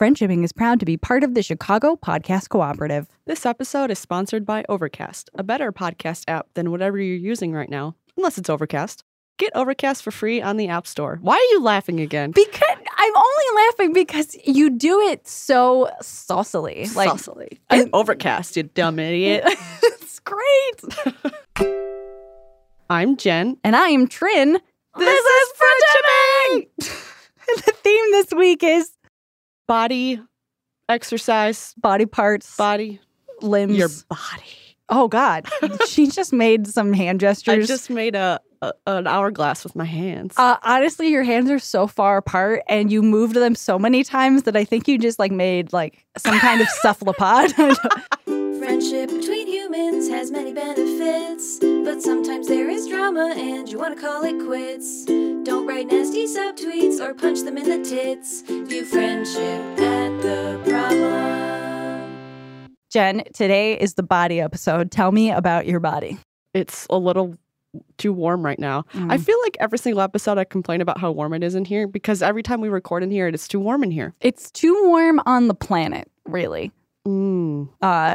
Friendshipping is proud to be part of the Chicago Podcast Cooperative. This episode is sponsored by Overcast, a better podcast app than whatever you're using right now, unless it's Overcast. Get Overcast for free on the App Store. Why are you laughing again? Because I'm only laughing because you do it so saucily. Like Saucily. Get Overcast, you dumb idiot. it's great. I'm Jen. And I am Trin. This is Friendshipping. the theme this week is Body, exercise, body parts, body, limbs. your body. oh God, she just made some hand I gestures. just made a, a an hourglass with my hands. Uh, honestly, your hands are so far apart, and you moved them so many times that I think you just like made like some kind of cephalopod. Friendship between humans has many benefits, but sometimes there is drama and you want to call it quits. Don't write nasty subtweets or punch them in the tits. View friendship at the problem. Jen, today is the body episode. Tell me about your body. it's a little too warm right now. I feel like every single episode I complain about how warm it is in here because every time we record in here, it is too warm in here. it's too warm on the planet, really. Mm. Uh,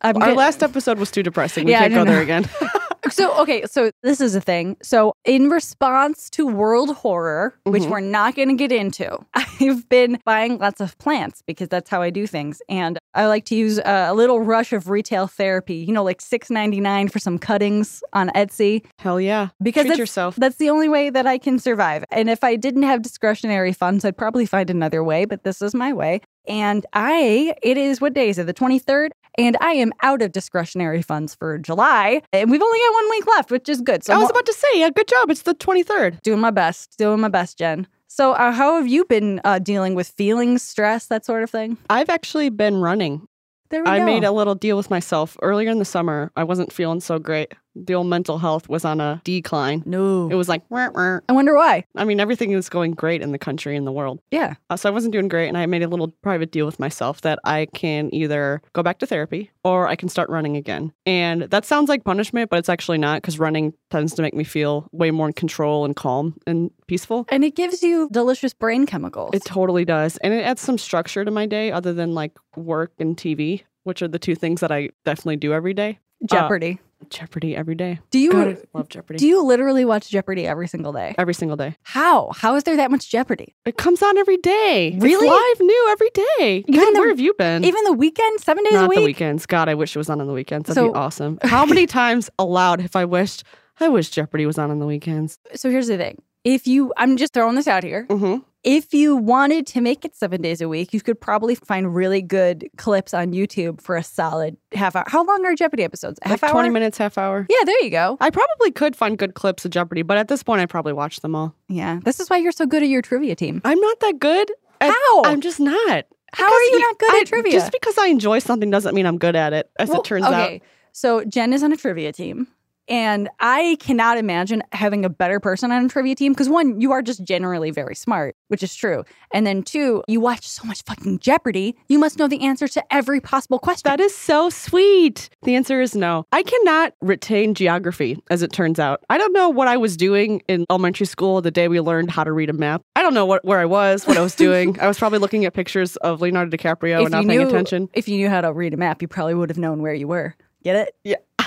I'm Our get- last episode was too depressing. We Yeah, I can't go don't there know. again. So okay, so this is a thing. So in response to world horror, which Mhm. we're not going to get into, I've been buying lots of plants because that's how I do things, and I like to use uh, a little rush of retail therapy. You know, like six ninety nine for some cuttings on Etsy Hell yeah. because Treat that's, yourself. that's the only way that I can survive. And if I didn't have discretionary funds, I'd probably find another way. But this is my way. And I, it is what day is it? The twenty third. And I am out of discretionary funds for July, and we've only got one week left, which is good. So I I'm was about to say, yeah, good job. It's the 23rd. doing my best, doing my best, Jen. So, uh, how have you been uh, dealing with feelings, stress, that sort of thing? I've actually been running. There we I go. made a little deal with myself earlier in the summer. I wasn't feeling so great. The old mental health was on a decline. no. It was like, "Wah, wah." I wonder why. I mean, everything is going great in the country and the world. Yeah. Uh, so I wasn't doing great, and I made a little private deal with myself that I can either go back to therapy or I can start running again. And that sounds like punishment, but it's actually not because running tends to make me feel way more in control and calm and peaceful. And it gives you delicious brain chemicals. It totally does. And it adds some structure to my day other than like work and TV, which are the two things that I definitely do every day. Jeopardy. Jeopardy every day. do God, I you love Jeopardy. do you literally watch Jeopardy every single day? every single day. How? How is there that much Jeopardy? It comes on every day. It's Really? live new every day. Even God, the- where have you been? Even the weekend, seven days Not a week. the weekends. God, I wish it was on on the weekends. That'd So- be awesome. How many times aloud have I wished? I wish Jeopardy was on on the weekends. So here's the thing. If you, I'm just throwing this out here. Mm-hmm. If you wanted to make it seven days a week, you could probably find really good clips on YouTube for a solid half hour. How long are Jeopardy episodes? Like half hour. twenty minutes, half hour. Yeah, there you go. I probably could find good clips of Jeopardy, but at this point, I probably watched them all. Yeah, this is why you're so good at your trivia team. I'm not that good. I- How? I'm just not. How are Because you not good I- at trivia? Just because I enjoy something doesn't mean I'm good at it. As Well, it turns out, okay. So Jen is on a trivia team. And I cannot imagine having a better person on a trivia team because one, you are just generally very smart, which is true. And then two, you watch so much fucking Jeopardy, you must know the answer to every possible question. that is so sweet. The answer is no. I cannot retain geography. As it turns out, I don't know what I was doing in elementary school the day we learned how to read a map. I don't know what where I was, what I was doing. I was probably looking at pictures of Leonardo DiCaprio and not paying attention. if you knew how to read a map, you probably would have known where you were. Get it? Yeah.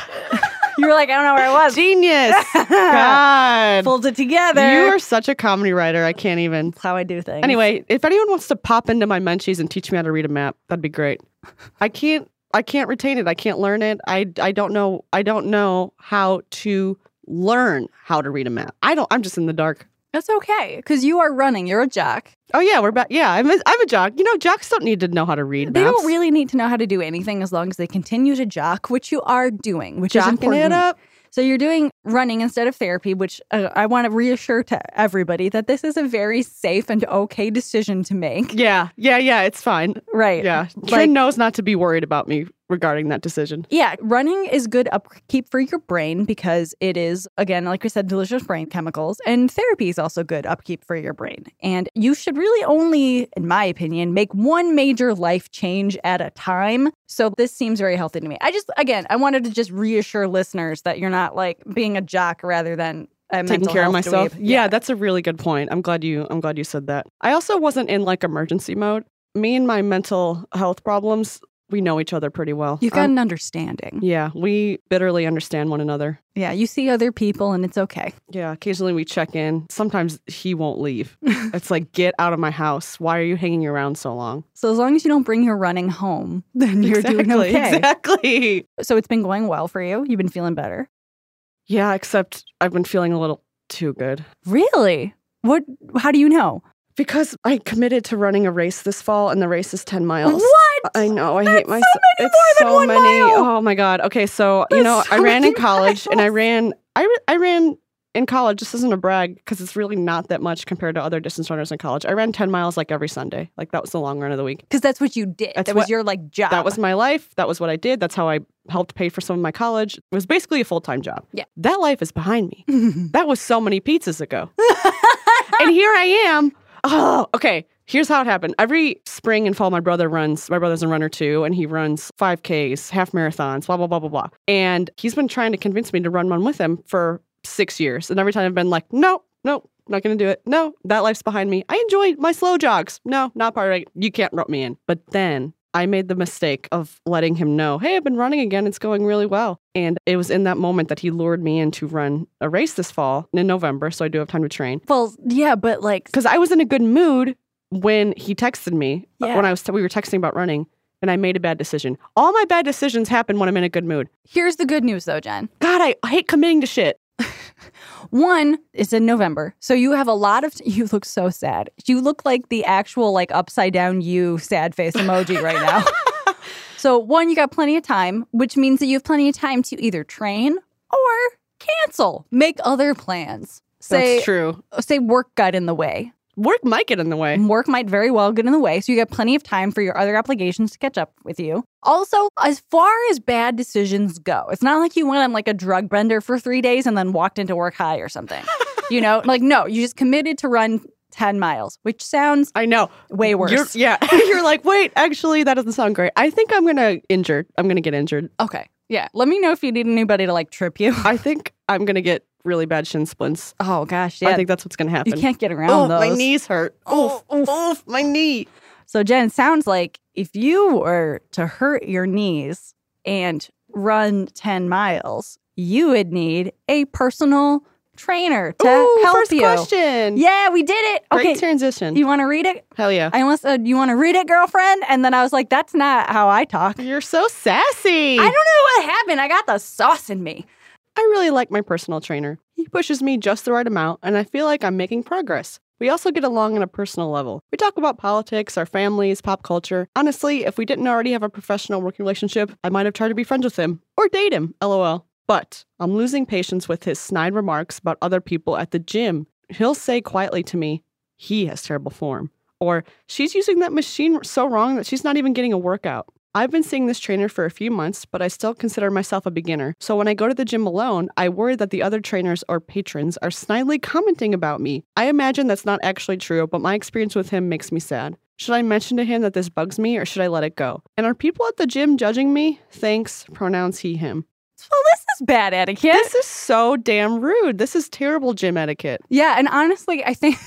you were like, I don't know where I was. Genius. God. Pulled it together. You are such a comedy writer. I can't even. That's how I do things. Anyway, if anyone wants to pop into my munchies and teach me how to read a map, that'd be great. I can't I can't retain it. I can't learn it. I I don't know I don't know how to learn how to read a map. I don't I'm just in the dark. that's okay because you are running. You're a jock. Oh yeah, we're back. Yeah, I'm a, I'm a jock. You know, jocks don't need to know how to read They maps. don't really need to know how to do anything as long as they continue to jock, which you are doing, which is jocking important. it up. So you're doing running instead of therapy, which uh, I want to reassure to everybody that this is a very safe and okay decision to make. Yeah, yeah, yeah. It's fine. Right. Yeah, Like- Trin knows not to be worried about me regarding that decision. Yeah, running is good upkeep for your brain because it is, again, like we said, delicious brain chemicals. And therapy is also good upkeep for your brain. And you should really only, in my opinion, make one major life change at a time. So this seems very healthy to me. I just, again, I wanted to just reassure listeners that you're not like being a jock rather than a taking mental care health of myself. dweeb. Yeah. that's a really good point. I'm glad you I'm glad you said that. I also wasn't in like emergency mode. me and my mental health problems, we know each other pretty well. You got Um, an understanding. yeah, we bitterly understand one another. Yeah, you see other people and it's okay. Yeah, occasionally we check in. Sometimes he won't leave. it's like, get out of my house. Why are you hanging around so long? So as long as you don't bring your running home, then you're doing Exactly, okay. Exactly. So it's been going well for you. You've been feeling better. Yeah, except I've been feeling a little too good. Really? What how do you know? Because I committed to running a race this fall, and the race is 10 miles. What? I know. I That's hate so myself. many it's more than so one many. mile. Oh my god. Okay, so you That's know, so I ran in many college, and I miles. ran. I ra- I ran in college. This isn't a brag because it's really not that much compared to other distance runners in college. I ran 10 miles like every Sunday. Like that was the long run of the week. Because that's what you did. That's that was what- your like job. That was my life. That was what I did. That's how I helped pay for some of my college. It was basically a full time job. Yeah. That life is behind me. That was so many pizzas ago. and here I am. Oh, okay. Here's how it happened. Every spring and fall, my brother runs, my brother's a runner too, and he runs 5Ks, half marathons, blah, blah, blah, blah, blah. And he's been trying to convince me to run one with him for six years. And every time I've been like, no, no, not going to do it. No, that life's behind me. I enjoy my slow jogs. No, not part of it. You can't rope me in. But then I made the mistake of letting him know, hey, I've been running again. It's going really well. And it was in that moment that he lured me in to run a race this fall in November. So I do have time to train well, yeah, but like because I was in a good mood when he texted me uh, Yeah. when I was we were texting about running, and I made a bad decision. All my bad decisions happen when I'm in a good mood. here's the good news though, Jen. God, I, I hate committing to shit. One, it's in November. So you have a lot of you look so sad. You look like the actual like upside down you sad face emoji right now. so one, you got plenty of time, which means that you have plenty of time to either train or cancel. Make other plans. Say That's true. say work got in the way. Work might get in the way. Work might very well get in the way, so you got plenty of time for your other obligations to catch up with you. Also, as far as bad decisions go, it's not like you went on like a drug bender for three days and then walked into work high or something. you know, like no, you just committed to run ten miles, which sounds I know. way worse. You're, yeah. You're like, wait, actually, that doesn't sound great. I think I'm gonna injured. I'm gonna get injured. okay, yeah. Let me know if you need anybody to like trip you. I think I'm gonna get really bad shin splints. Oh gosh, yeah. I think that's what's gonna happen. you can't get around Oh, those. my knees hurt. Oh, oof, oof, my knee. So, Jen, sounds like if you were to hurt your knees and run 10 miles, you would need a personal trainer to Ooh, help first you. question. Yeah, we did it. Great okay. transition. You want to read it? Hell yeah. I almost said, You want to read it, girlfriend? And then I was like, That's not how I talk. You're so sassy. I don't know what happened. I got the sauce in me. I really like my personal trainer. He pushes me just the right amount, and I feel like I'm making progress. We also get along on a personal level. We talk about politics, our families, pop culture. Honestly, if we didn't already have a professional working relationship, I might have tried to be friends with him or date him, lol. But I'm losing patience with his snide remarks about other people at the gym. He'll say quietly to me, he has terrible form. Or, she's using that machine so wrong that she's not even getting a workout. I've been seeing this trainer for a few months, but I still consider myself a beginner. So when I go to the gym alone, I worry that the other trainers or patrons are snidely commenting about me. I imagine that's not actually true, but my experience with him makes me sad. Should I mention to him that this bugs me or should I let it go? And are people at the gym judging me? Thanks, pronouns he, him. Well, this is bad etiquette. This is so damn rude. This is terrible gym etiquette. Yeah, and honestly, I think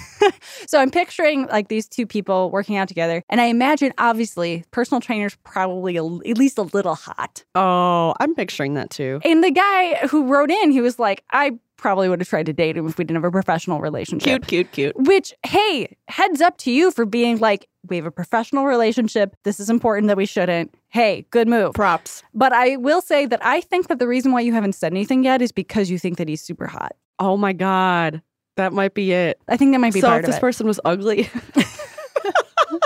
so. I'm picturing like these two people working out together, and I imagine obviously personal trainers probably a, at least a little hot. Oh, I'm picturing that too. And the guy who wrote in, he was like, I probably would have tried to date him if we didn't have a professional relationship. Cute, cute, cute. Which, hey, heads up to you for being like, we have a professional relationship. This is important that we shouldn't. Hey, good move. Props. But I will say that I think that the reason why you haven't said anything yet is because you think that he's super hot. Oh my God. That might be it. I think that might be so part if of this it. person was ugly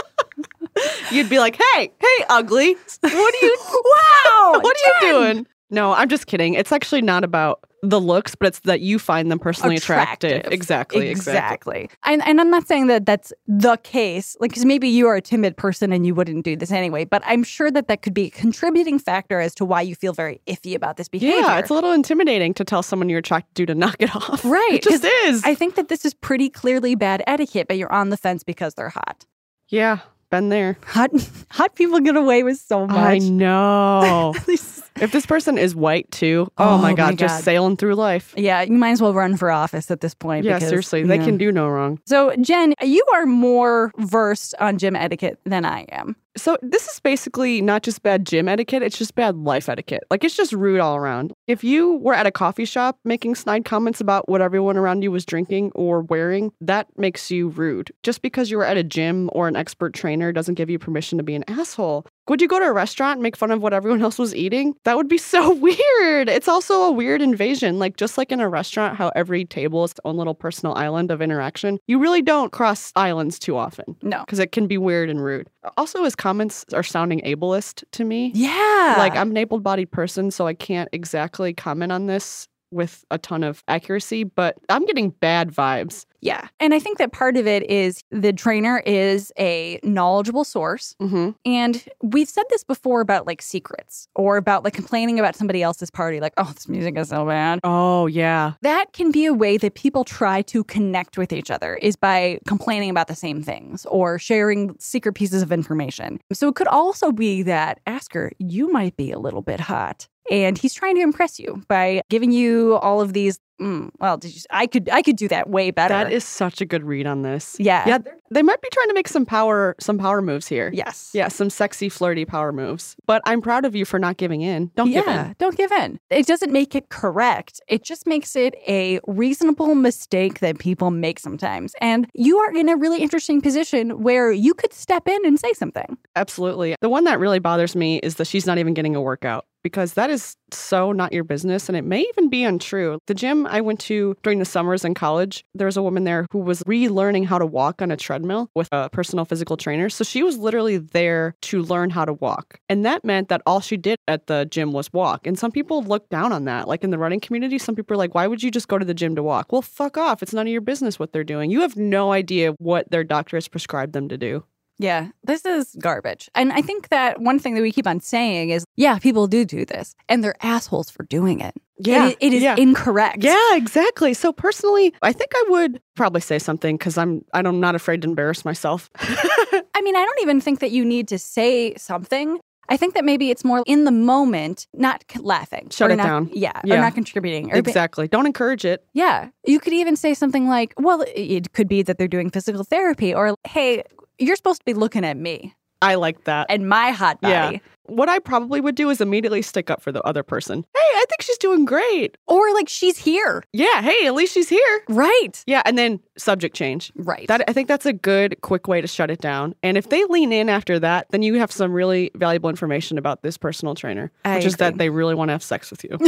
you'd be like hey hey ugly what are you wow! what are you doing no i'm just kidding it's actually not about the looks but it's that you find them personally attractive, Attractive. Exactly, exactly And, and I'm not saying that that's the case, like, because maybe you are a timid person and you wouldn't do this anyway, but I'm sure that that could be a contributing factor as to why you feel very iffy about this behavior. yeah it's a little intimidating to tell someone you're attracted to to knock it off Right, it just is I think that this is pretty clearly bad etiquette, but you're on the fence because they're hot. yeah been there Hot, hot people get away with so i much. know This is If this person is white too, oh, Oh my, my god, just God. sailing through life. Yeah, you might as well run for office at this point. Yeah, because, seriously, you they know. can do no wrong. So, Jen, you are more versed on gym etiquette than I am. So this is basically not just bad gym etiquette, it's just bad life etiquette. Like it's just rude all around. If you were at a coffee shop making snide comments about what everyone around you was drinking or wearing, that makes you rude. Just because you were at a gym or an expert trainer doesn't give you permission to be an asshole. Would you go to a restaurant and make fun of what everyone else was eating? That would be so weird. It's also a weird invasion. Like, just like in a restaurant, how every table is its own little personal island of interaction, you really don't cross islands too often No. because it can be weird and rude. Also, his comments are sounding ableist to me. Yeah. Like, I'm an able bodied person, so I can't exactly comment on this with a ton of accuracy, but I'm getting bad vibes. yeah. And I think that part of it is the trainer is a knowledgeable source. Mm-hmm. And we've said this before about like secrets or about like complaining about somebody else's party, like, oh, this music is so bad. Oh, yeah. That can be a way that people try to connect with each other is by complaining about the same things or sharing secret pieces of information. So it could also be that Asker, you might be a little bit hot. And he's trying to impress you by giving you all of these. Mm, well, did you, I could I could do that way better. That is such a good read on this. yeah. Yeah, they might be trying to make some power some power moves here. Yes. Yeah, some sexy flirty power moves. But I'm proud of you for not giving in. Don't give yeah, in. don't give in. It doesn't make it correct. It just makes it a reasonable mistake that people make sometimes. And you are in a really interesting position where you could step in and say something. Absolutely. The one that really bothers me is that she's not even getting a workout because that is so not your business and it may even be untrue. The gym I went to during the summers in college, there was a woman there who was relearning how to walk on a treadmill with a personal physical trainer. So she was literally there to learn how to walk. And that meant that all she did at the gym was walk. And some people look down on that. Like in the running community, some people are like, why would you just go to the gym to walk? Well, fuck off. It's none of your business what they're doing. You have no idea what their doctor has prescribed them to do. Yeah, this is garbage. And I think that one thing that we keep on saying is, yeah, people do do this, and they're assholes for doing it. It i- it is yeah. incorrect. Yeah, exactly. So personally, I think I would probably say something because I'm I'm not afraid to embarrass myself. I mean, I don't even think that you need to say something. I think that maybe it's more in the moment, not c- laughing. Shut or it not- down. Yeah, Yeah. Or not contributing. Or be- exactly. Don't encourage it. Yeah. You could even say something like, well, it- it could be that they're doing physical therapy, or hey, you're supposed to be looking at me I like that. and my hot Yeah. body. What I probably would do is immediately stick up for the other person. Hey, I think she's doing great. Or like, she's here. Yeah. Hey, at least she's here. Right. Yeah. And then subject change. Right. That I think that's a good quick way to shut it down. And if they lean in after that, then you have some really valuable information about this personal trainer, I which is that agree. they really want to have sex with you.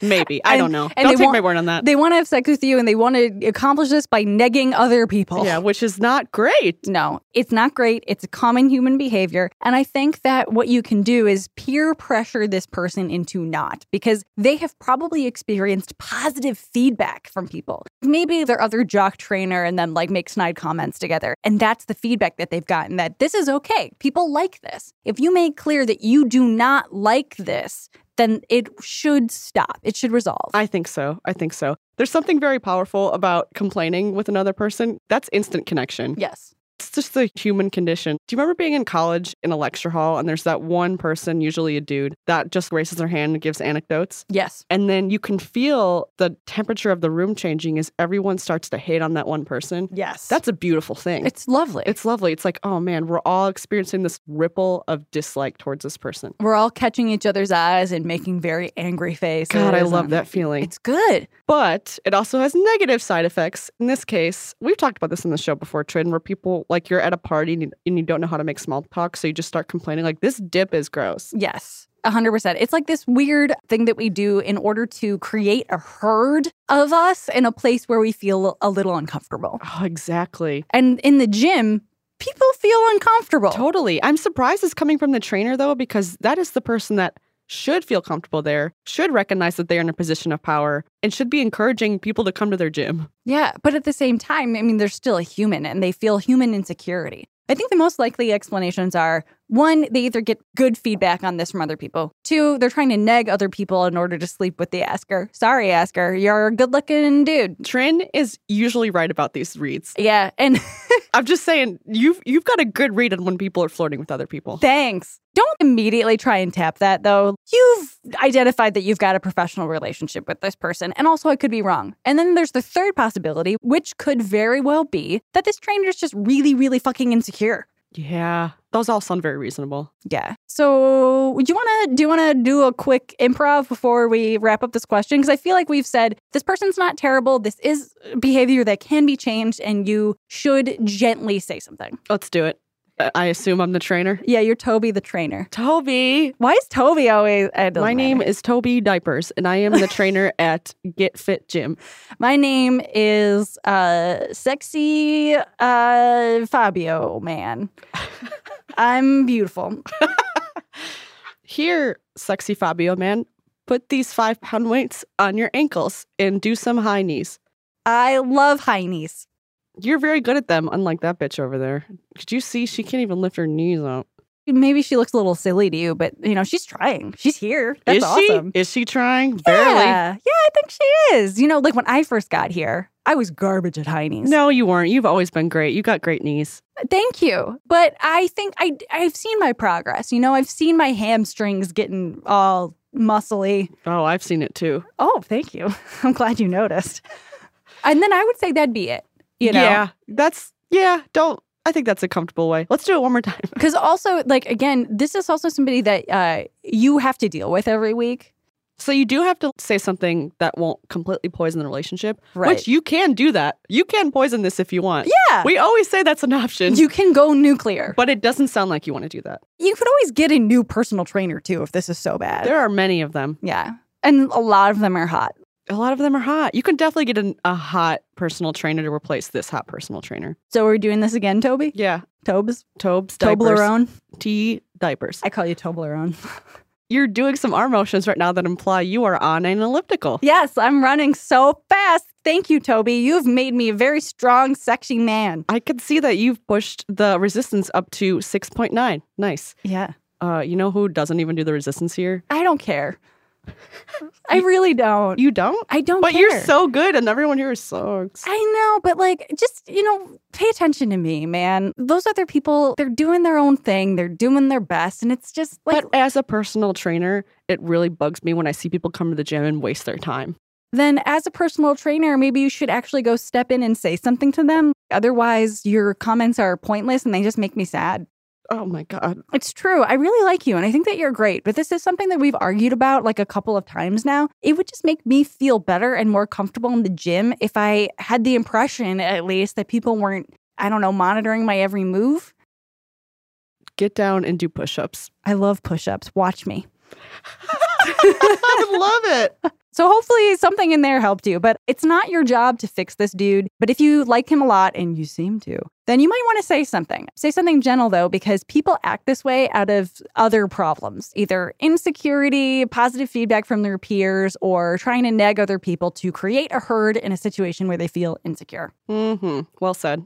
Maybe. I And- don't know. and Don't they take want- my word on that. they want to have sex with you and they want to accomplish this by negging other people. Yeah, which is not great. No, it's not great. It's a common human behavior. And I think that what you can do is peer pressure this person into not because they have probably experienced positive feedback from people. Maybe their other jock trainer and them like make snide comments together. And that's the feedback that they've gotten that this is okay. People like this. If you make clear that you do not like this, then it should stop. It should resolve. I think so. I think so. There's something very powerful about complaining with another person. That's instant connection. yes. It's just the human condition. Do you remember being in college in a lecture hall and there's that one person, usually a dude, that just raises their hand and gives anecdotes? Yes. And then you can feel the temperature of the room changing as everyone starts to hate on that one person. Yes. That's a beautiful thing. it's lovely. it's lovely. It's like, oh man, we're all experiencing this ripple of dislike towards this person. we're all catching each other's eyes and making very angry faces. God, I and- love that feeling. It's good. But it also has negative side effects. In this case, we've talked about this in the show before, Trin, where people like you're at a party and you, and you don't know how to make small talk, so you just start complaining like this dip is gross. Yes. 100%. It's like this weird thing that we do in order to create a herd of us in a place where we feel a little uncomfortable. Oh, exactly. And in the gym, people feel Oh. uncomfortable. Totally. I'm surprised it's coming from the trainer though, because that is the person that should feel comfortable there, should recognize that they're in a position of power, and should be encouraging people to come to their gym. Yeah. But at the same time, I mean, they're still a human and they feel human insecurity. I think the most likely explanations are One, they either get good feedback on this from other people. Two, they're trying to nag other people in order to sleep with the asker. Sorry, asker, you're a good looking dude. Trin is usually right about these reads. Yeah, and I'm just saying you've you've got a good read on when people are flirting with other people. thanks. Don't immediately try and tap that though. You've identified that you've got a professional relationship with this person, and also I could be wrong. And then there's the third possibility, which could very well be that this trainer is just really, really fucking insecure. Yeah, those all sound very reasonable. Yeah. So, would you want to do you want to do a quick improv before we wrap up this question because I feel like we've said this person's not terrible. This is behavior that can be changed and you should gently say something. Let's do it. Uh, I- I assume I'm the trainer. Yeah, you're Toby the trainer. Toby, Why is Toby always it doesn't my name matter. is Toby Diapers, and I am the trainer at Get Fit Gym. My name is uh sexy uh Fabio man. I'm beautiful. Here, sexy Fabio man, put these five pound weights on your ankles and do some high knees. I love high knees. You're very good at them, unlike that bitch over there. Could you see she can't even lift her knees up? Maybe she looks a little silly to you, but you know, she's trying. She's here. That's is awesome. she? Is she trying? Barely. Yeah, yeah, I think she is. You know, like when I first got here, I was garbage at high knees. No, you weren't. You've always been great. You got great knees. thank you, but I think I I've seen my progress. You know, I've seen my hamstrings getting all muscly. Oh, I've seen it too. Oh, thank you. I'm glad you noticed. And then I would say that'd be it. You know, Yeah, that's yeah. Don't. I think that's a comfortable way. Let's do it one more time. because also like again, this is also somebody that uh, you have to deal with every week. So you do have to say something that won't completely poison the relationship, Right. which you can do that. You can poison this if you want. Yeah. We always say that's an option, You can go nuclear. but it doesn't sound like you want to do that. You could always get a new personal trainer too if this is so bad. There are many of them. yeah. And a lot of them are hot. A lot of them are hot. You can definitely get an, a hot personal trainer to replace this hot personal trainer. So we're doing this again, Toby? Yeah. Tobes? Tobes, diapers. Toblerone? T diapers. I call you Toblerone. You're doing some arm motions right now that imply you are on an elliptical. yes, I'm running so fast. Thank you, Toby. You've made me a very strong, sexy man. I could see that you've pushed the resistance up to 6.9. Nice. Yeah. Uh, you know who doesn't even do the resistance here? I don't care. I really don't. You don't? I don't But care. you're so good, and everyone here sucks. I know, but like, just, you know, pay attention to me, man. Those other people, they're doing their own thing. They're doing their best. And it's just like, But as a personal trainer, it really bugs me when I see people come to the gym and waste their time. then as a personal trainer, maybe you should actually go step in and say something to them. Otherwise, your comments are pointless and they just make me sad. Oh my God. It's true. I really like you and I think that you're great, but this is something that we've argued about like a couple of times now. It would just make me feel better and more comfortable in the gym if I had the impression, at least, that people weren't, I don't know, monitoring my every move. Get down and do push ups. I love push ups. Watch me. I would love it. So hopefully something in there helped you, but it's not your job to fix this dude. But if you like him a lot and you seem to, then you might want to say something. Say something gentle though because people act this way out of other problems, either insecurity, positive feedback from their peers, or trying to nag other people to create a herd in a situation where they feel insecure. hmm Well said.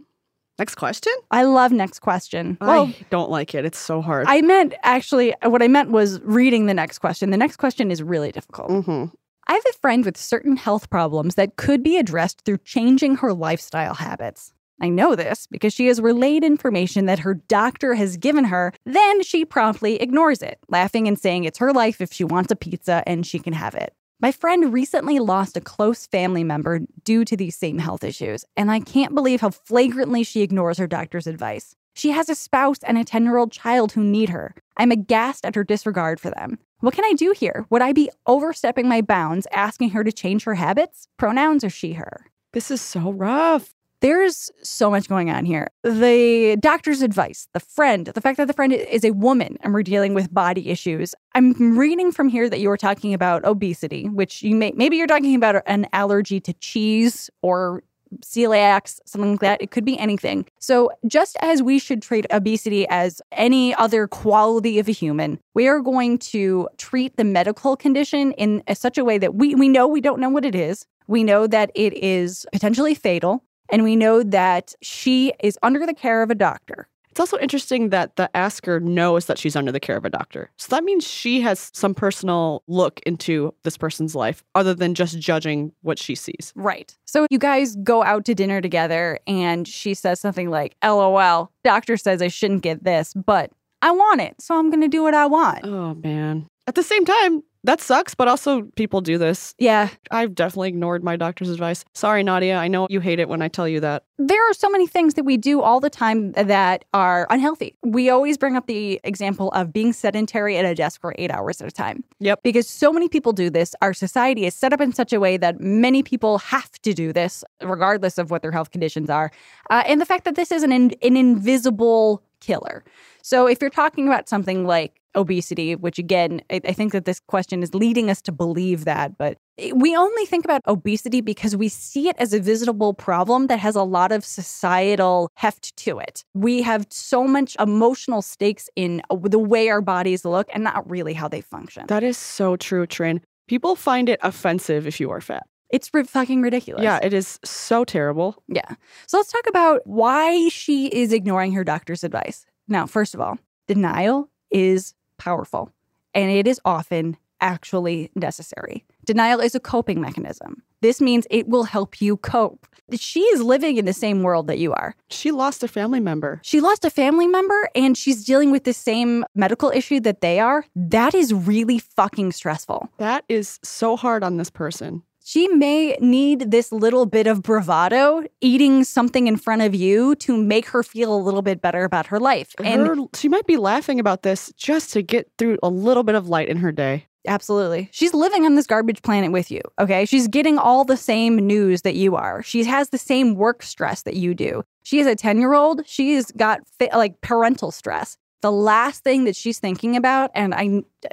Next question? I love next question. Well, I don't like it. It's so hard. I meant actually what I meant was reading the next question. The next question is really difficult. hmm I have a friend with certain health problems that could be addressed through changing her lifestyle habits. I know this because she has relayed information that her doctor has given her, then she promptly ignores it, laughing and saying it's her life if she wants a pizza and she can have it. My friend recently lost a close family member due to these same health issues, and I can't believe how flagrantly she ignores her doctor's advice. She has a spouse and a 10 year old child who need her. I'm aghast at her disregard for them. What can I do here? Would I be overstepping my bounds asking her to change her habits? Pronouns are she, her. This is so rough. There's so much going on here. The doctor's advice, the friend, the fact that the friend is a woman and we're dealing with body issues. I'm reading from here that you were talking about obesity, which you may maybe you're talking about an allergy to cheese or celiacs, something like that. It could be anything. So, just as we should treat obesity as any other quality of a human, we are going to treat the medical condition in a- such a way that we, we know we don't know what it is. We know that it is potentially fatal. And we know that she is under the care of a doctor. It's also interesting that the asker knows that she's under the care of a doctor. So that means she has some personal look into this person's life other than just judging what she sees. Right. So you guys go out to dinner together, and she says something like, LOL, doctor says I shouldn't get this, but I want it. So I'm going to do what I want. Oh, man. At the same time, that sucks, but also people do this. Yeah. I've definitely ignored my doctor's advice. Sorry, Nadia. I know you hate it when I tell you that. There are so many things that we do all the time that are unhealthy. We always bring up the example of being sedentary at a desk for eight hours at a time. Yep. Because so many people do this. Our society is set up in such a way that many people have to do this, regardless of what their health conditions are. Uh, and the fact that this is an, in- an invisible killer. So if you're talking about something like obesity, which again, I, I think that this question is leading us to believe that, but it- we only think about obesity because we see it as a visible problem that has a lot of societal heft to it. We have so much emotional stakes in the way our bodies look and not really how they function. That is so true, Trin. People find it offensive if you are fat. it's ri- fucking ridiculous. Yeah, it is so terrible. Yeah. So let's talk about why she is ignoring her doctor's advice. Now, first of all, denial is powerful and it is often actually necessary. Denial is a coping mechanism. This means it will help you cope. She is living in the same world that you are. She lost a family member. She lost a family member and she's dealing with the same medical issue that they are. That is really fucking stressful. That is so hard on this person. she may need this little bit of bravado eating something in front of you to make her feel a little bit better about her life. And Her- she might be laughing about this just to get through a little bit of light in her day. absolutely. She's living on this garbage planet with you, okay? She's getting all the same news that you are. She has the same work stress that you do. She is a 10-year-old. She's got fa- like parental stress. The last thing that she's thinking about and I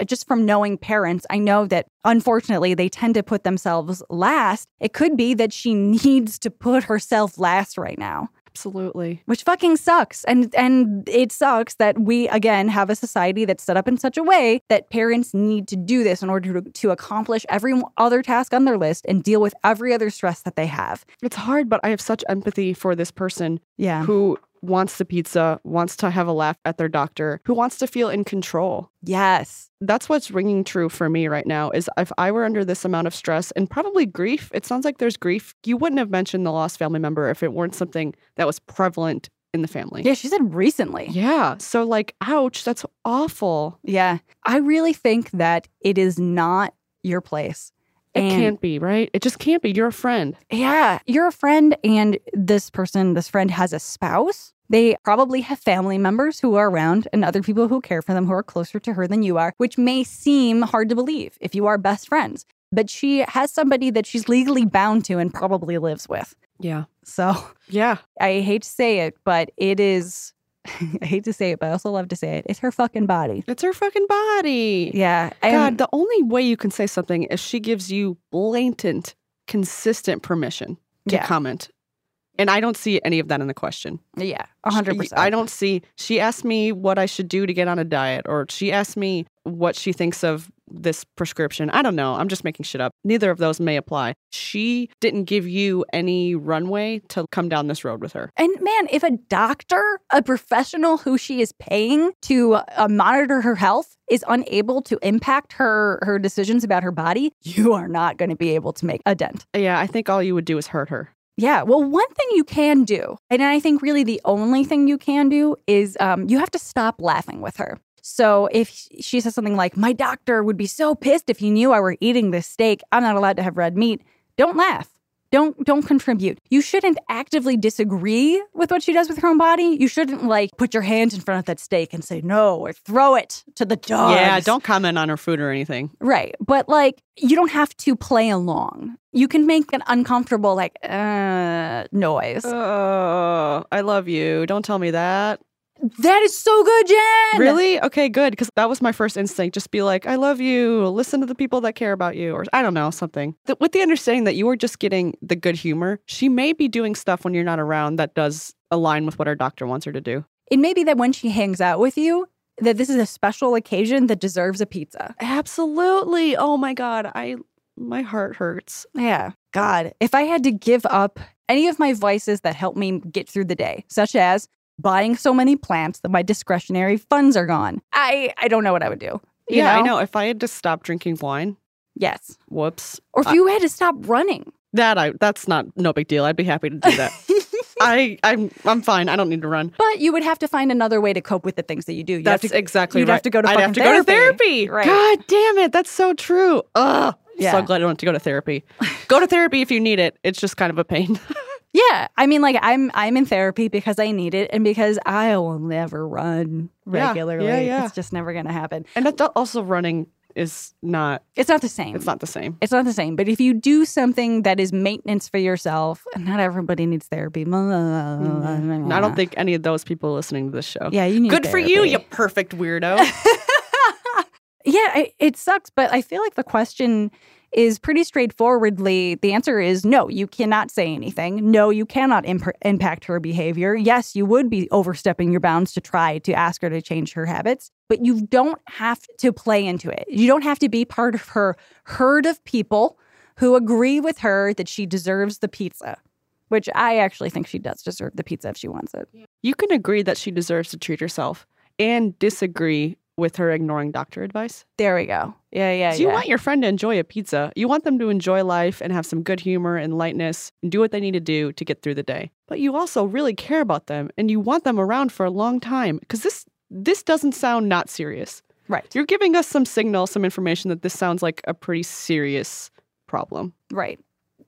just from knowing parents, I know that unfortunately they tend to put themselves last. It could be that she needs to put herself last right now. Absolutely. which fucking sucks and and it sucks that we again have a society that's set up in such a way that parents need to do this in order to, to accomplish every other task on their list and deal with every other stress that they have It's hard, but I have such empathy for this person yeah who wants the pizza, wants to have a laugh at their doctor, who wants to feel in control. yes That's what's ringing true for me right now is if I were under this amount of stress and probably grief, it sounds like there's grief. You wouldn't have mentioned the lost family member if it weren't something that was prevalent in the family. yeah she said recently Yeah. So like, ouch, that's awful. yeah i really think that it is not your place It And- can't be, right? It just can't be. You're a friend. Yeah, you're a friend, and this person, this friend has a spouse. They probably have family members who are around and other people who care for them who are closer to her than you are, which may seem hard to believe if you are best friends. But she has somebody that she's legally bound to and probably lives with. Yeah. So Yeah. I hate to say it, but it is, I hate to say it, but I also love to say it. It's her fucking body. It's her fucking body. Yeah. God, And the only way you can say something is she gives you blatant, consistent permission to yeah. comment. And I don't see any of that in the question. Yeah. 100%. I don't see. She asked me what I should do to get on a diet, or she asked me what she thinks of this prescription. I don't know. I'm just making shit up. Neither of those may apply. She didn't give you any runway to come down this road with her. And man, if a doctor, a professional who she is paying to uh, monitor her health, is unable to impact her her decisions about her body, you are not going to be able to make a dent. Yeah, I think all you would do is hurt her. Yeah. Well, one thing you can do, and I think really the only thing you can do is um, you have to stop laughing with her. So if she says something like, "My doctor would be so pissed if he knew I were eating this steak. I'm not allowed to have red meat." Don't laugh. Don't don't contribute. You shouldn't actively disagree with what she does with her own body. You shouldn't like put your hands in front of that steak and say no or throw it to the dogs. Yeah, don't comment on her food or anything. Right. But like, you don't have to play along. You can make an uncomfortable, like, uh, noise. Oh, I love you. Don't tell me that. that is so good, Jen. Really? Okay, good. Because that was my first instinct. Just be like, I love you. Listen to the people that care about you, or I don't know, something. Th- with the understanding that you are just getting the good humor, she may be doing stuff when you're not around that does align with what our doctor wants her to do. It may be that when she hangs out with you, that this is a special occasion that deserves a pizza. Absolutely. Oh my God. I, my heart hurts. Yeah. God, if I had to give up any of my vices that help me get through the day, such as buying so many plants that my discretionary funds are gone. I I don't know what I would do. you yeah, I know. If I had to stop drinking wine, Yes. Uh, whoops. Or if I- you had to stop running. That I that's not no big deal. I'd be happy to do that. I I'm I'm fine. I don't need to run. But you would have to find another way to cope with the things that you do. You'd That's have to, exactly you'd right. have to go to I'd have to fucking go to therapy. therapy. Right. God damn it. That's so true. Ugh. Yeah. So glad I don't have to go to therapy. go to therapy if you need it. It's just kind of a pain. Yeah. I mean like I'm I'm in therapy because I need it and because I will never run Yeah, regularly. yeah, yeah. It's just never gonna happen. and that also running is not It's not the same. it's not the same. It's not the same. But if you do something that is maintenance for yourself, and not everybody needs therapy. And I don't think any of those people listening to this show. Mm-hmm. Yeah, you need. Good for you, therapy. you perfect weirdo. Yeah, I, it sucks, but I feel like the question is pretty straightforwardly. The answer is no. You cannot say anything. No, you cannot imp- impact her behavior. Yes, you would be overstepping your bounds to try to ask her to change her habits, but you don't have to play into it. You don't have to be part of her herd of people who agree with her that she deserves the pizza. Which I actually think she does deserve the pizza if she wants it. you can agree that she deserves to treat herself and disagree with her ignoring doctor advice. There we go. Yeah, yeah, So you yeah. want your friend to enjoy a pizza. You want them to enjoy life and have some good humor and lightness and do what they need to do to get through the day. But you also really care about them and you want them around for a long time because this this doesn't sound not serious. right, You're giving us some signal, some information that this sounds like a pretty serious problem. right.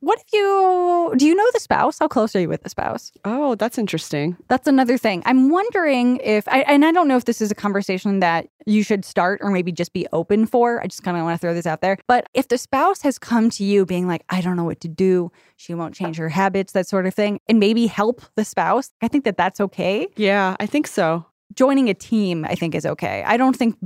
What if you do you know the spouse? How close are you with the spouse? Oh, that's interesting. That's another thing. I'm wondering if, I, and I don't know if this is a conversation that you should start or maybe just be open for. I just kind of want to throw this out there. But if the spouse has come to you being like, I don't know what to do, she won't change her habits, that sort of thing, and maybe help the spouse, I think that that's okay. Yeah, I think so. Joining a team, I think, is okay. I don't think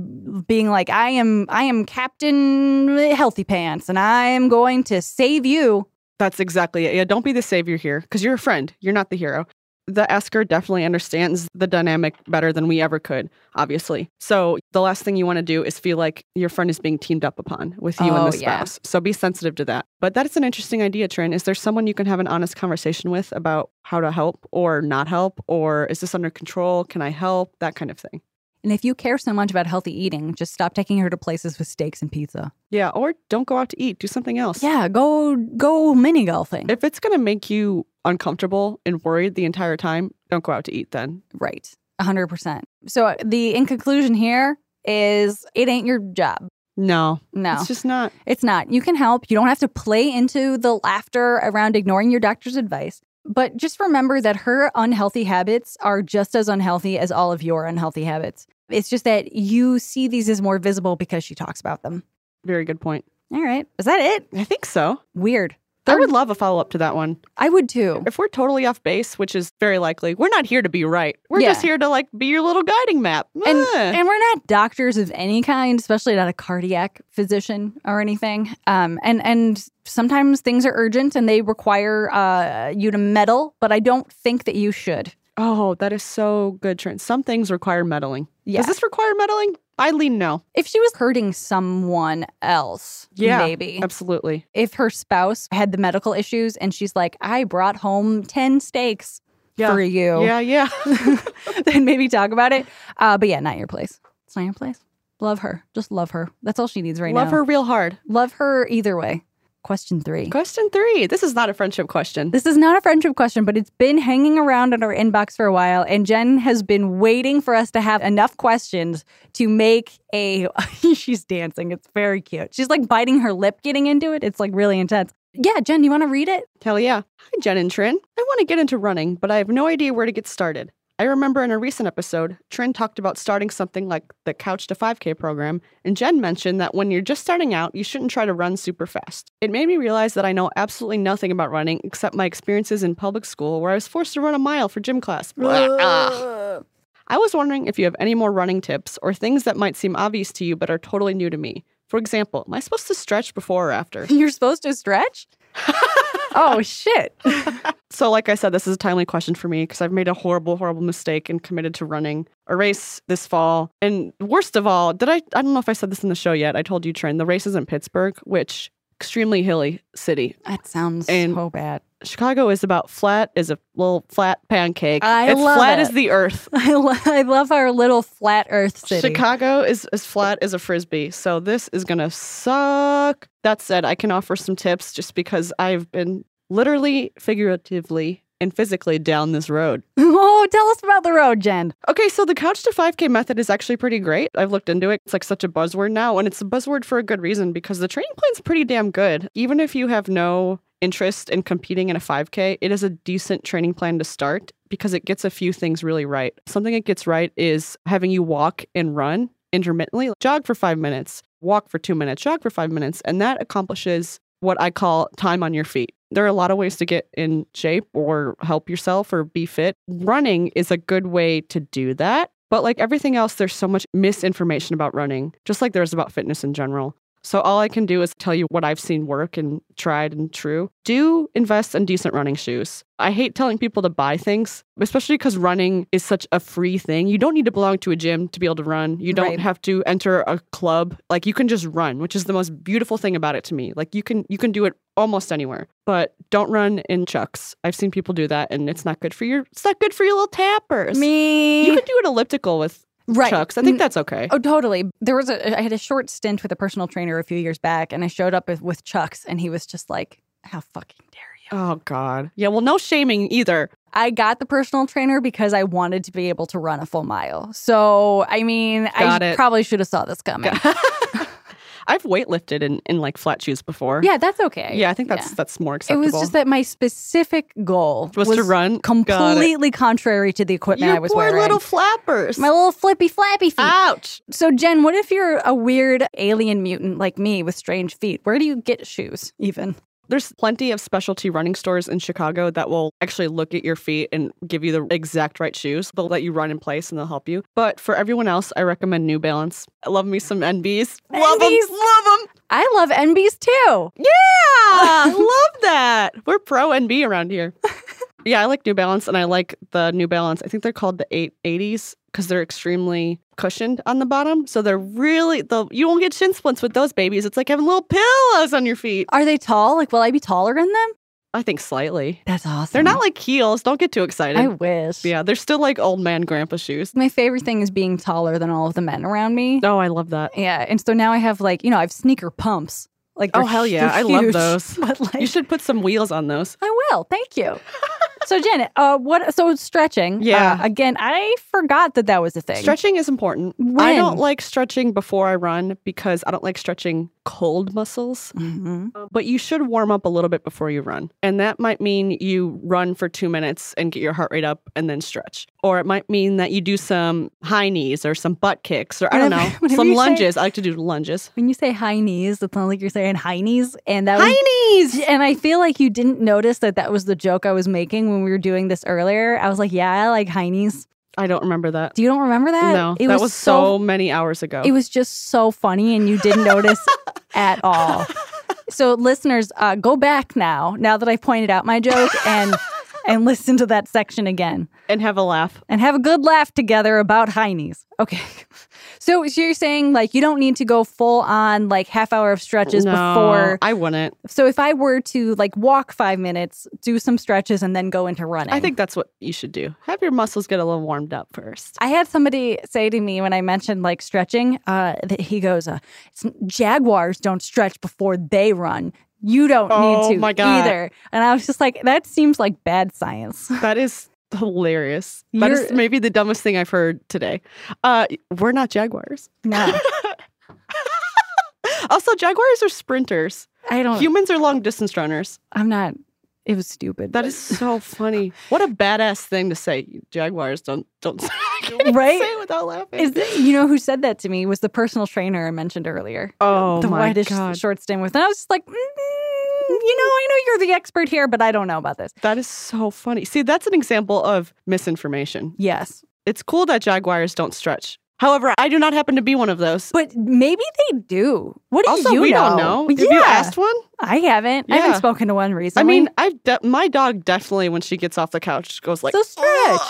being like, I am, I am Captain Healthy Pants and I am going to save you. That's exactly it. Yeah, don't be the savior here because you're a friend. You're not the hero. The asker definitely understands the dynamic better than we ever could, obviously. So the last thing you want to do is feel like your friend is being teamed up upon with you Oh, and the yeah. spouse. So be sensitive to that. But that is an interesting idea, Trin. Is there someone you can have an honest conversation with about how to help or not help? Or is this under control? Can I help? That kind of thing. And if you care so much about healthy eating, just stop taking her to places with steaks and pizza. Yeah. Or don't go out to eat. Do something else. Yeah, go go mini golfing. If it's going to make you uncomfortable and worried the entire time, don't go out to eat then. right. 100%. So uh, the in conclusion here is it ain't your job. No. No. It's just not. It's not. You can help. You don't have to play into the laughter around ignoring your doctor's advice. But just remember that her unhealthy habits are just as unhealthy as all of your unhealthy habits. It's just that you see these as more visible because she talks about them. Very good point. All right. Is that it? I think so. Weird. I would love a follow up to that one. I would too. If we're totally off base, which is very likely, we're not here to be right. We're Yeah. just here to like be your little guiding map. and Ah. and we're not doctors of any kind, especially not a cardiac physician or anything. Um, and and sometimes things are urgent and they require uh, you to meddle, but I don't think that you should. oh, that is so good, Trent. Some things require meddling. Yeah. Does this require meddling? I lean no. If she was hurting someone else, Yeah, maybe. Absolutely. If her spouse had the medical issues and she's like, I brought home 10 steaks Yeah. for you, Yeah, yeah. then maybe talk about it. Uh, but yeah, not your place. It's not your place. Love her. Just love her. That's all she needs right Love now. her real hard. Love her either way. Question three. Question three. This is not a friendship question. This is not a friendship question, but it's been hanging around in our inbox for a while, and Jen has been waiting for us to have enough questions to make a. she's dancing. It's very cute. She's like biting her lip, getting into it. It's like really intense. Yeah, Jen, you want to read it? Hell yeah. Hi, Jen and Trin. I want to get into running, but I have no idea where to get started. I remember in a recent episode, Trin talked about starting something like the Couch to 5K program, and Jen mentioned that when you're just starting out, you shouldn't try to run super fast. It made me realize that I know absolutely nothing about running except my experiences in public school where I was forced to run a mile for gym class. Ugh. I was wondering if you have any more running tips or things that might seem obvious to you but are totally new to me. For example, am I supposed to stretch before or after? You're supposed to stretch? oh, shit. So, like I said, this is a timely question for me because I've made a horrible, horrible mistake and committed to running a race this fall. And worst of all, did I? I don't know if I said this in the show yet. I told you, Trent, the race is in Pittsburgh, which extremely hilly city. That sounds And- so bad. Chicago is about flat as a little flat pancake. I it's love flat it. as the earth. I, lo- I love our little flat Earth city. Chicago is as flat as a frisbee, so this is gonna suck. That said, I can offer some tips just because I've been literally, figuratively, and physically down this road. oh, tell us about the road, Jen. Okay, so the couch to 5K method is actually pretty great. I've looked into it. It's like such a buzzword now, and it's a buzzword for a good reason because the training plan's pretty damn good. Even if you have no interest in competing in a 5K, it is a decent training plan to start because it gets a few things really right. Something it gets right is having you walk and run intermittently, jog for five minutes, walk for two minutes, jog for five minutes, and that accomplishes what I call time on your feet. There are a lot of ways to get in shape or help yourself or be fit. Running is a good way to do that. But like everything else, there's so much misinformation about running, just like there's about fitness in general. So all I can do is tell you what I've seen work and tried and true. Do invest in decent running shoes. I hate telling people to buy things, especially because running is such a free thing. You don't need to belong to a gym to be able to run. You don't Right. have to enter a club. Like you can just run, which is the most beautiful thing about it to me. Like you can you can do it almost anywhere. But don't run in chucks. I've seen people do that and it's not good for your it's not good for your little tappers. Me. You could do an elliptical with right. chucks. I think that's okay. Oh, totally. There was a. I had a short stint with a personal trainer a few years back, and I showed up with, with Chucks, and he was just like, "How fucking dare you!" Oh God. Yeah, well no shaming either. I got the personal trainer because I wanted to be able to run a full mile. So, I mean, Got I it. probably should have saw this coming. I've weightlifted in, in like flat shoes before. Yeah, that's okay. Yeah, I think that's that's more It acceptable. was just that my specific goal was, to run Got it. completely contrary to the equipment Your I was poor wearing. little Ah. flappers. my little flippy flappy feet. Ouch. so Jen, what if you're a weird alien mutant like me with strange feet? Where do you get shoes even? There's plenty of specialty running stores in Chicago that will actually look at your feet and give you the exact right shoes. They'll let you run in place and they'll help you. But for everyone else, I recommend New Balance. I love me some NBs. Love them. NBs. Love them. I love NBs too. Yeah, love that. We're pro NB around here. Yeah, I like New Balance and I like the New Balance. I think they're called the 880s because they're extremely cushioned on the bottom. So they're really, the you won't get shin splints with those babies. It's like having little pillows on your feet. Are they tall? Like, will I be taller in them? I think slightly. That's awesome. They're not like heels. Don't get too excited. I wish. yeah, they're still like old man grandpa shoes. My favorite thing is being taller than all of the men around me. Oh, I love that. Yeah, and so now I have like you know I have sneaker pumps. Like Oh, they're hell hu- yeah. they're I love huge, those. But like, You should put some wheels on those. I will. Thank you. so Jen, uh, what? So stretching. Yeah. Uh, again, I forgot that that was a thing. Stretching is important. I When? don't like stretching before I run because I don't like stretching cold muscles. Mhm. But you should warm up a little bit before you run. And that might mean you run for two minutes and get your heart rate up and then stretch. Or it might mean that you do some high knees or some butt kicks or I don't Whenever- know, whenever some you say- lunges. I like to do lunges. When you say high knees, it sounds like you're saying high knees, and that was knees! And I feel like you didn't notice that that was the joke I was making when we were doing this earlier. I was like, yeah, I like heinies. I don't remember that. Do you don't remember that? no, that was, so, many hours ago. It was just so funny, and you didn't notice at all. So, listeners, uh, go back now. Now that I pointed out my joke, and and listen to that section again, and have a laugh. and have a good laugh together about heinies. Okay. So, so you're saying like you don't need to go full on like half hour of stretches No, before I wouldn't. so if I were to like walk five minutes, do some stretches, and then go into running, I think that's what you should do. Have your muscles get a little warmed up first. I had somebody say to me when I mentioned like stretching, uh, that he goes, uh, it's, "Jaguars don't stretch before they run. You don't Oh need to my God. either." And I was just like, "That seems like bad science." That is hilarious. That is You're- maybe the dumbest thing I've heard today. Uh, we're not jaguars. No, Also, jaguars are sprinters. I don't. Humans are long distance runners. I'm not. It was stupid. That is so funny. What a badass thing to say. Jaguars don't don't I can't even Right? say it without laughing. Is it- you know who said that to me was the personal trainer I mentioned earlier. oh the my whitish god. short stint with, and I was just like, mm, you know, I know you're the expert here, but I don't know about this. That is so funny. See, that's an example of misinformation. Yes, It's cool that jaguars don't stretch. However, I do not happen to be one of those. But maybe they do. What do also, you we know? don't know. Have Yeah, you asked one? I haven't. I Yeah. haven't spoken to one I recently. mean, I've de- my dog definitely when she gets off the couch goes like So stretch. "Ugh."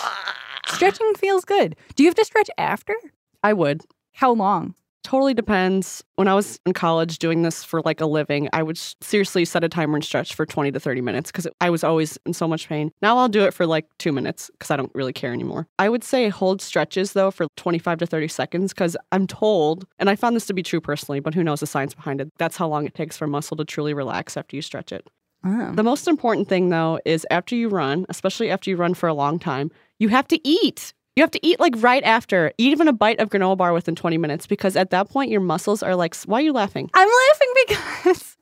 stretching feels good. Do you have to stretch after? I would. How long? totally depends. When I was in college doing this for like a living, I would s- seriously set a timer and stretch for 20 to 30 minutes because I was always in so much pain. Now I'll do it for like two minutes because I don't really care anymore. I would say hold stretches though for 25 to 30 seconds because I'm told, and I found this to be true personally, but who knows the science behind it? That's how long it takes for muscle to truly relax after you stretch it. Oh. The most important thing, though, is after you run, especially after you run for a long time, you have to eat. You have to eat like right after, eat even a bite of granola bar within 20 minutes because at that point your muscles are like, why are you laughing? I'm laughing because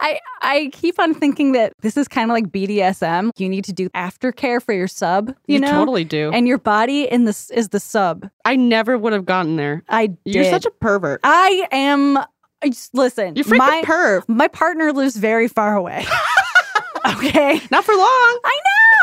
I I keep on thinking that this is kind of like BDSM. You need to do aftercare for your sub, you, know, totally do. and your body in this is the sub. I never would have gotten there. I did. You're such a pervert. I am. I just- Listen, You're freaking my perv. my partner lives very far away. okay. Not for long. I know.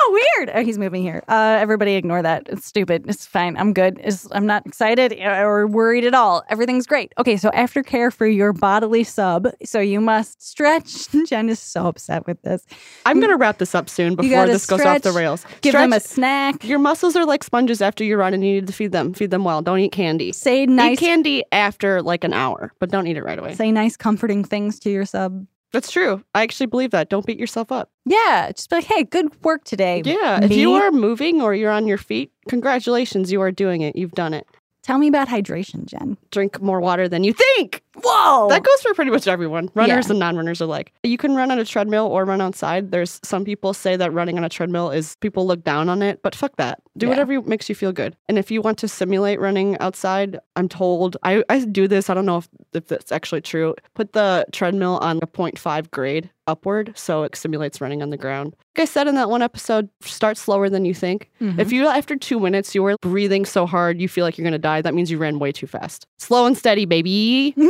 Weird. Oh, he's moving here. Uh, everybody ignore that. It's stupid. It's fine. I'm good. It's, I'm not excited uh, or worried at all. Everything's great. Okay, so aftercare for your bodily sub. So you must stretch. Jen is so upset with this. I'm going to wrap this up soon before gotta this goes off the stretch, rails. Give them a Stretch- snack. Your muscles are like sponges after you run and you need to feed them. Feed them well. Don't eat candy. Say nice. Eat candy after like an hour, but don't eat it right away. Say nice comforting things to your sub. That's true. I actually believe that. Don't beat yourself up. Yeah, just be like, hey, good work today. Yeah, if you me. are moving or you're on your feet, congratulations, you are doing it. You've done it. Tell me about hydration, Jen. Drink more water than you think. Whoa. That goes for pretty much everyone. Runners Oh. Yeah. and non-runners are like You can run on a treadmill or run outside. There's some people say that running on a treadmill is people look down on it, but fuck that. Do Yeah. whatever makes you feel good. And if you want to simulate running outside, I'm told I, I do this. I don't know if, if that's actually true. Put the treadmill on a 0.5 grade upward, so it simulates running on the ground. Like I said in that one episode, start slower than you think. Mhm. If you, after two minutes, you were breathing so hard you feel like you're going to die, that means you ran way too fast. Slow and steady, baby.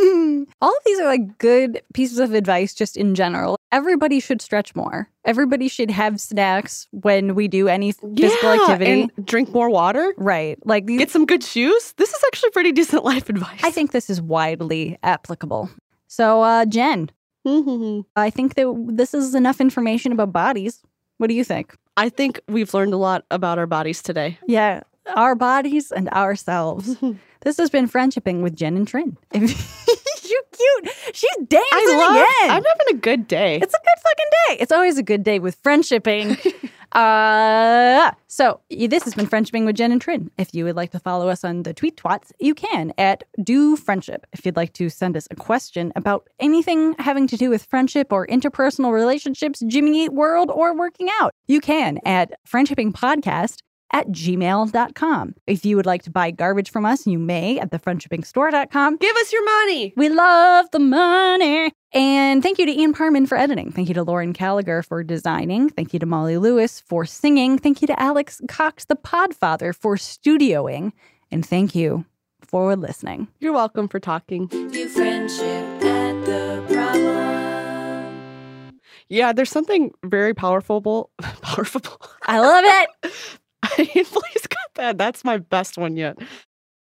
All of these are like good pieces of advice just in general. Everybody should stretch more. Everybody should have snacks when we do any physical activity. And drink more water. right. Like these Get some good shoes. This is actually pretty decent life advice. I think this is widely applicable. So uh Jen, Mhm. I think that this is enough information about bodies. What do you think? I think we've learned a lot about our bodies today. Yeah. Our bodies and ourselves. This has been Friendshipping with Jen and Trin. If you cute. She's dancing I love. again. I'm having a good day. It's a good fucking day. It's always a good day with friendshipping. uh, so y- this has been Friendshipping with Jen and Trin. If you would like to follow us on the tweet twats, you can at Do Friendship. If you'd like to send us a question about anything having to do with friendship or interpersonal relationships, Jimmy Eat World, or working out, you can at Friendshipping Podcast at gmail.com. If you would like to buy garbage from us, you may at thefriendshippingstore.com. Give us your money. We love the money. And thank you to Ian Parman for editing. Thank you to Lauren Callagher for designing. Thank you to Molly Lewis for singing. Thank you to Alex Cox, the podfather, for studioing. And thank you for listening. You're welcome for talking. View friendship at the problem. Yeah, there's something very powerful. Powerful. I love it. I mean, please cut that. That's my best one yet.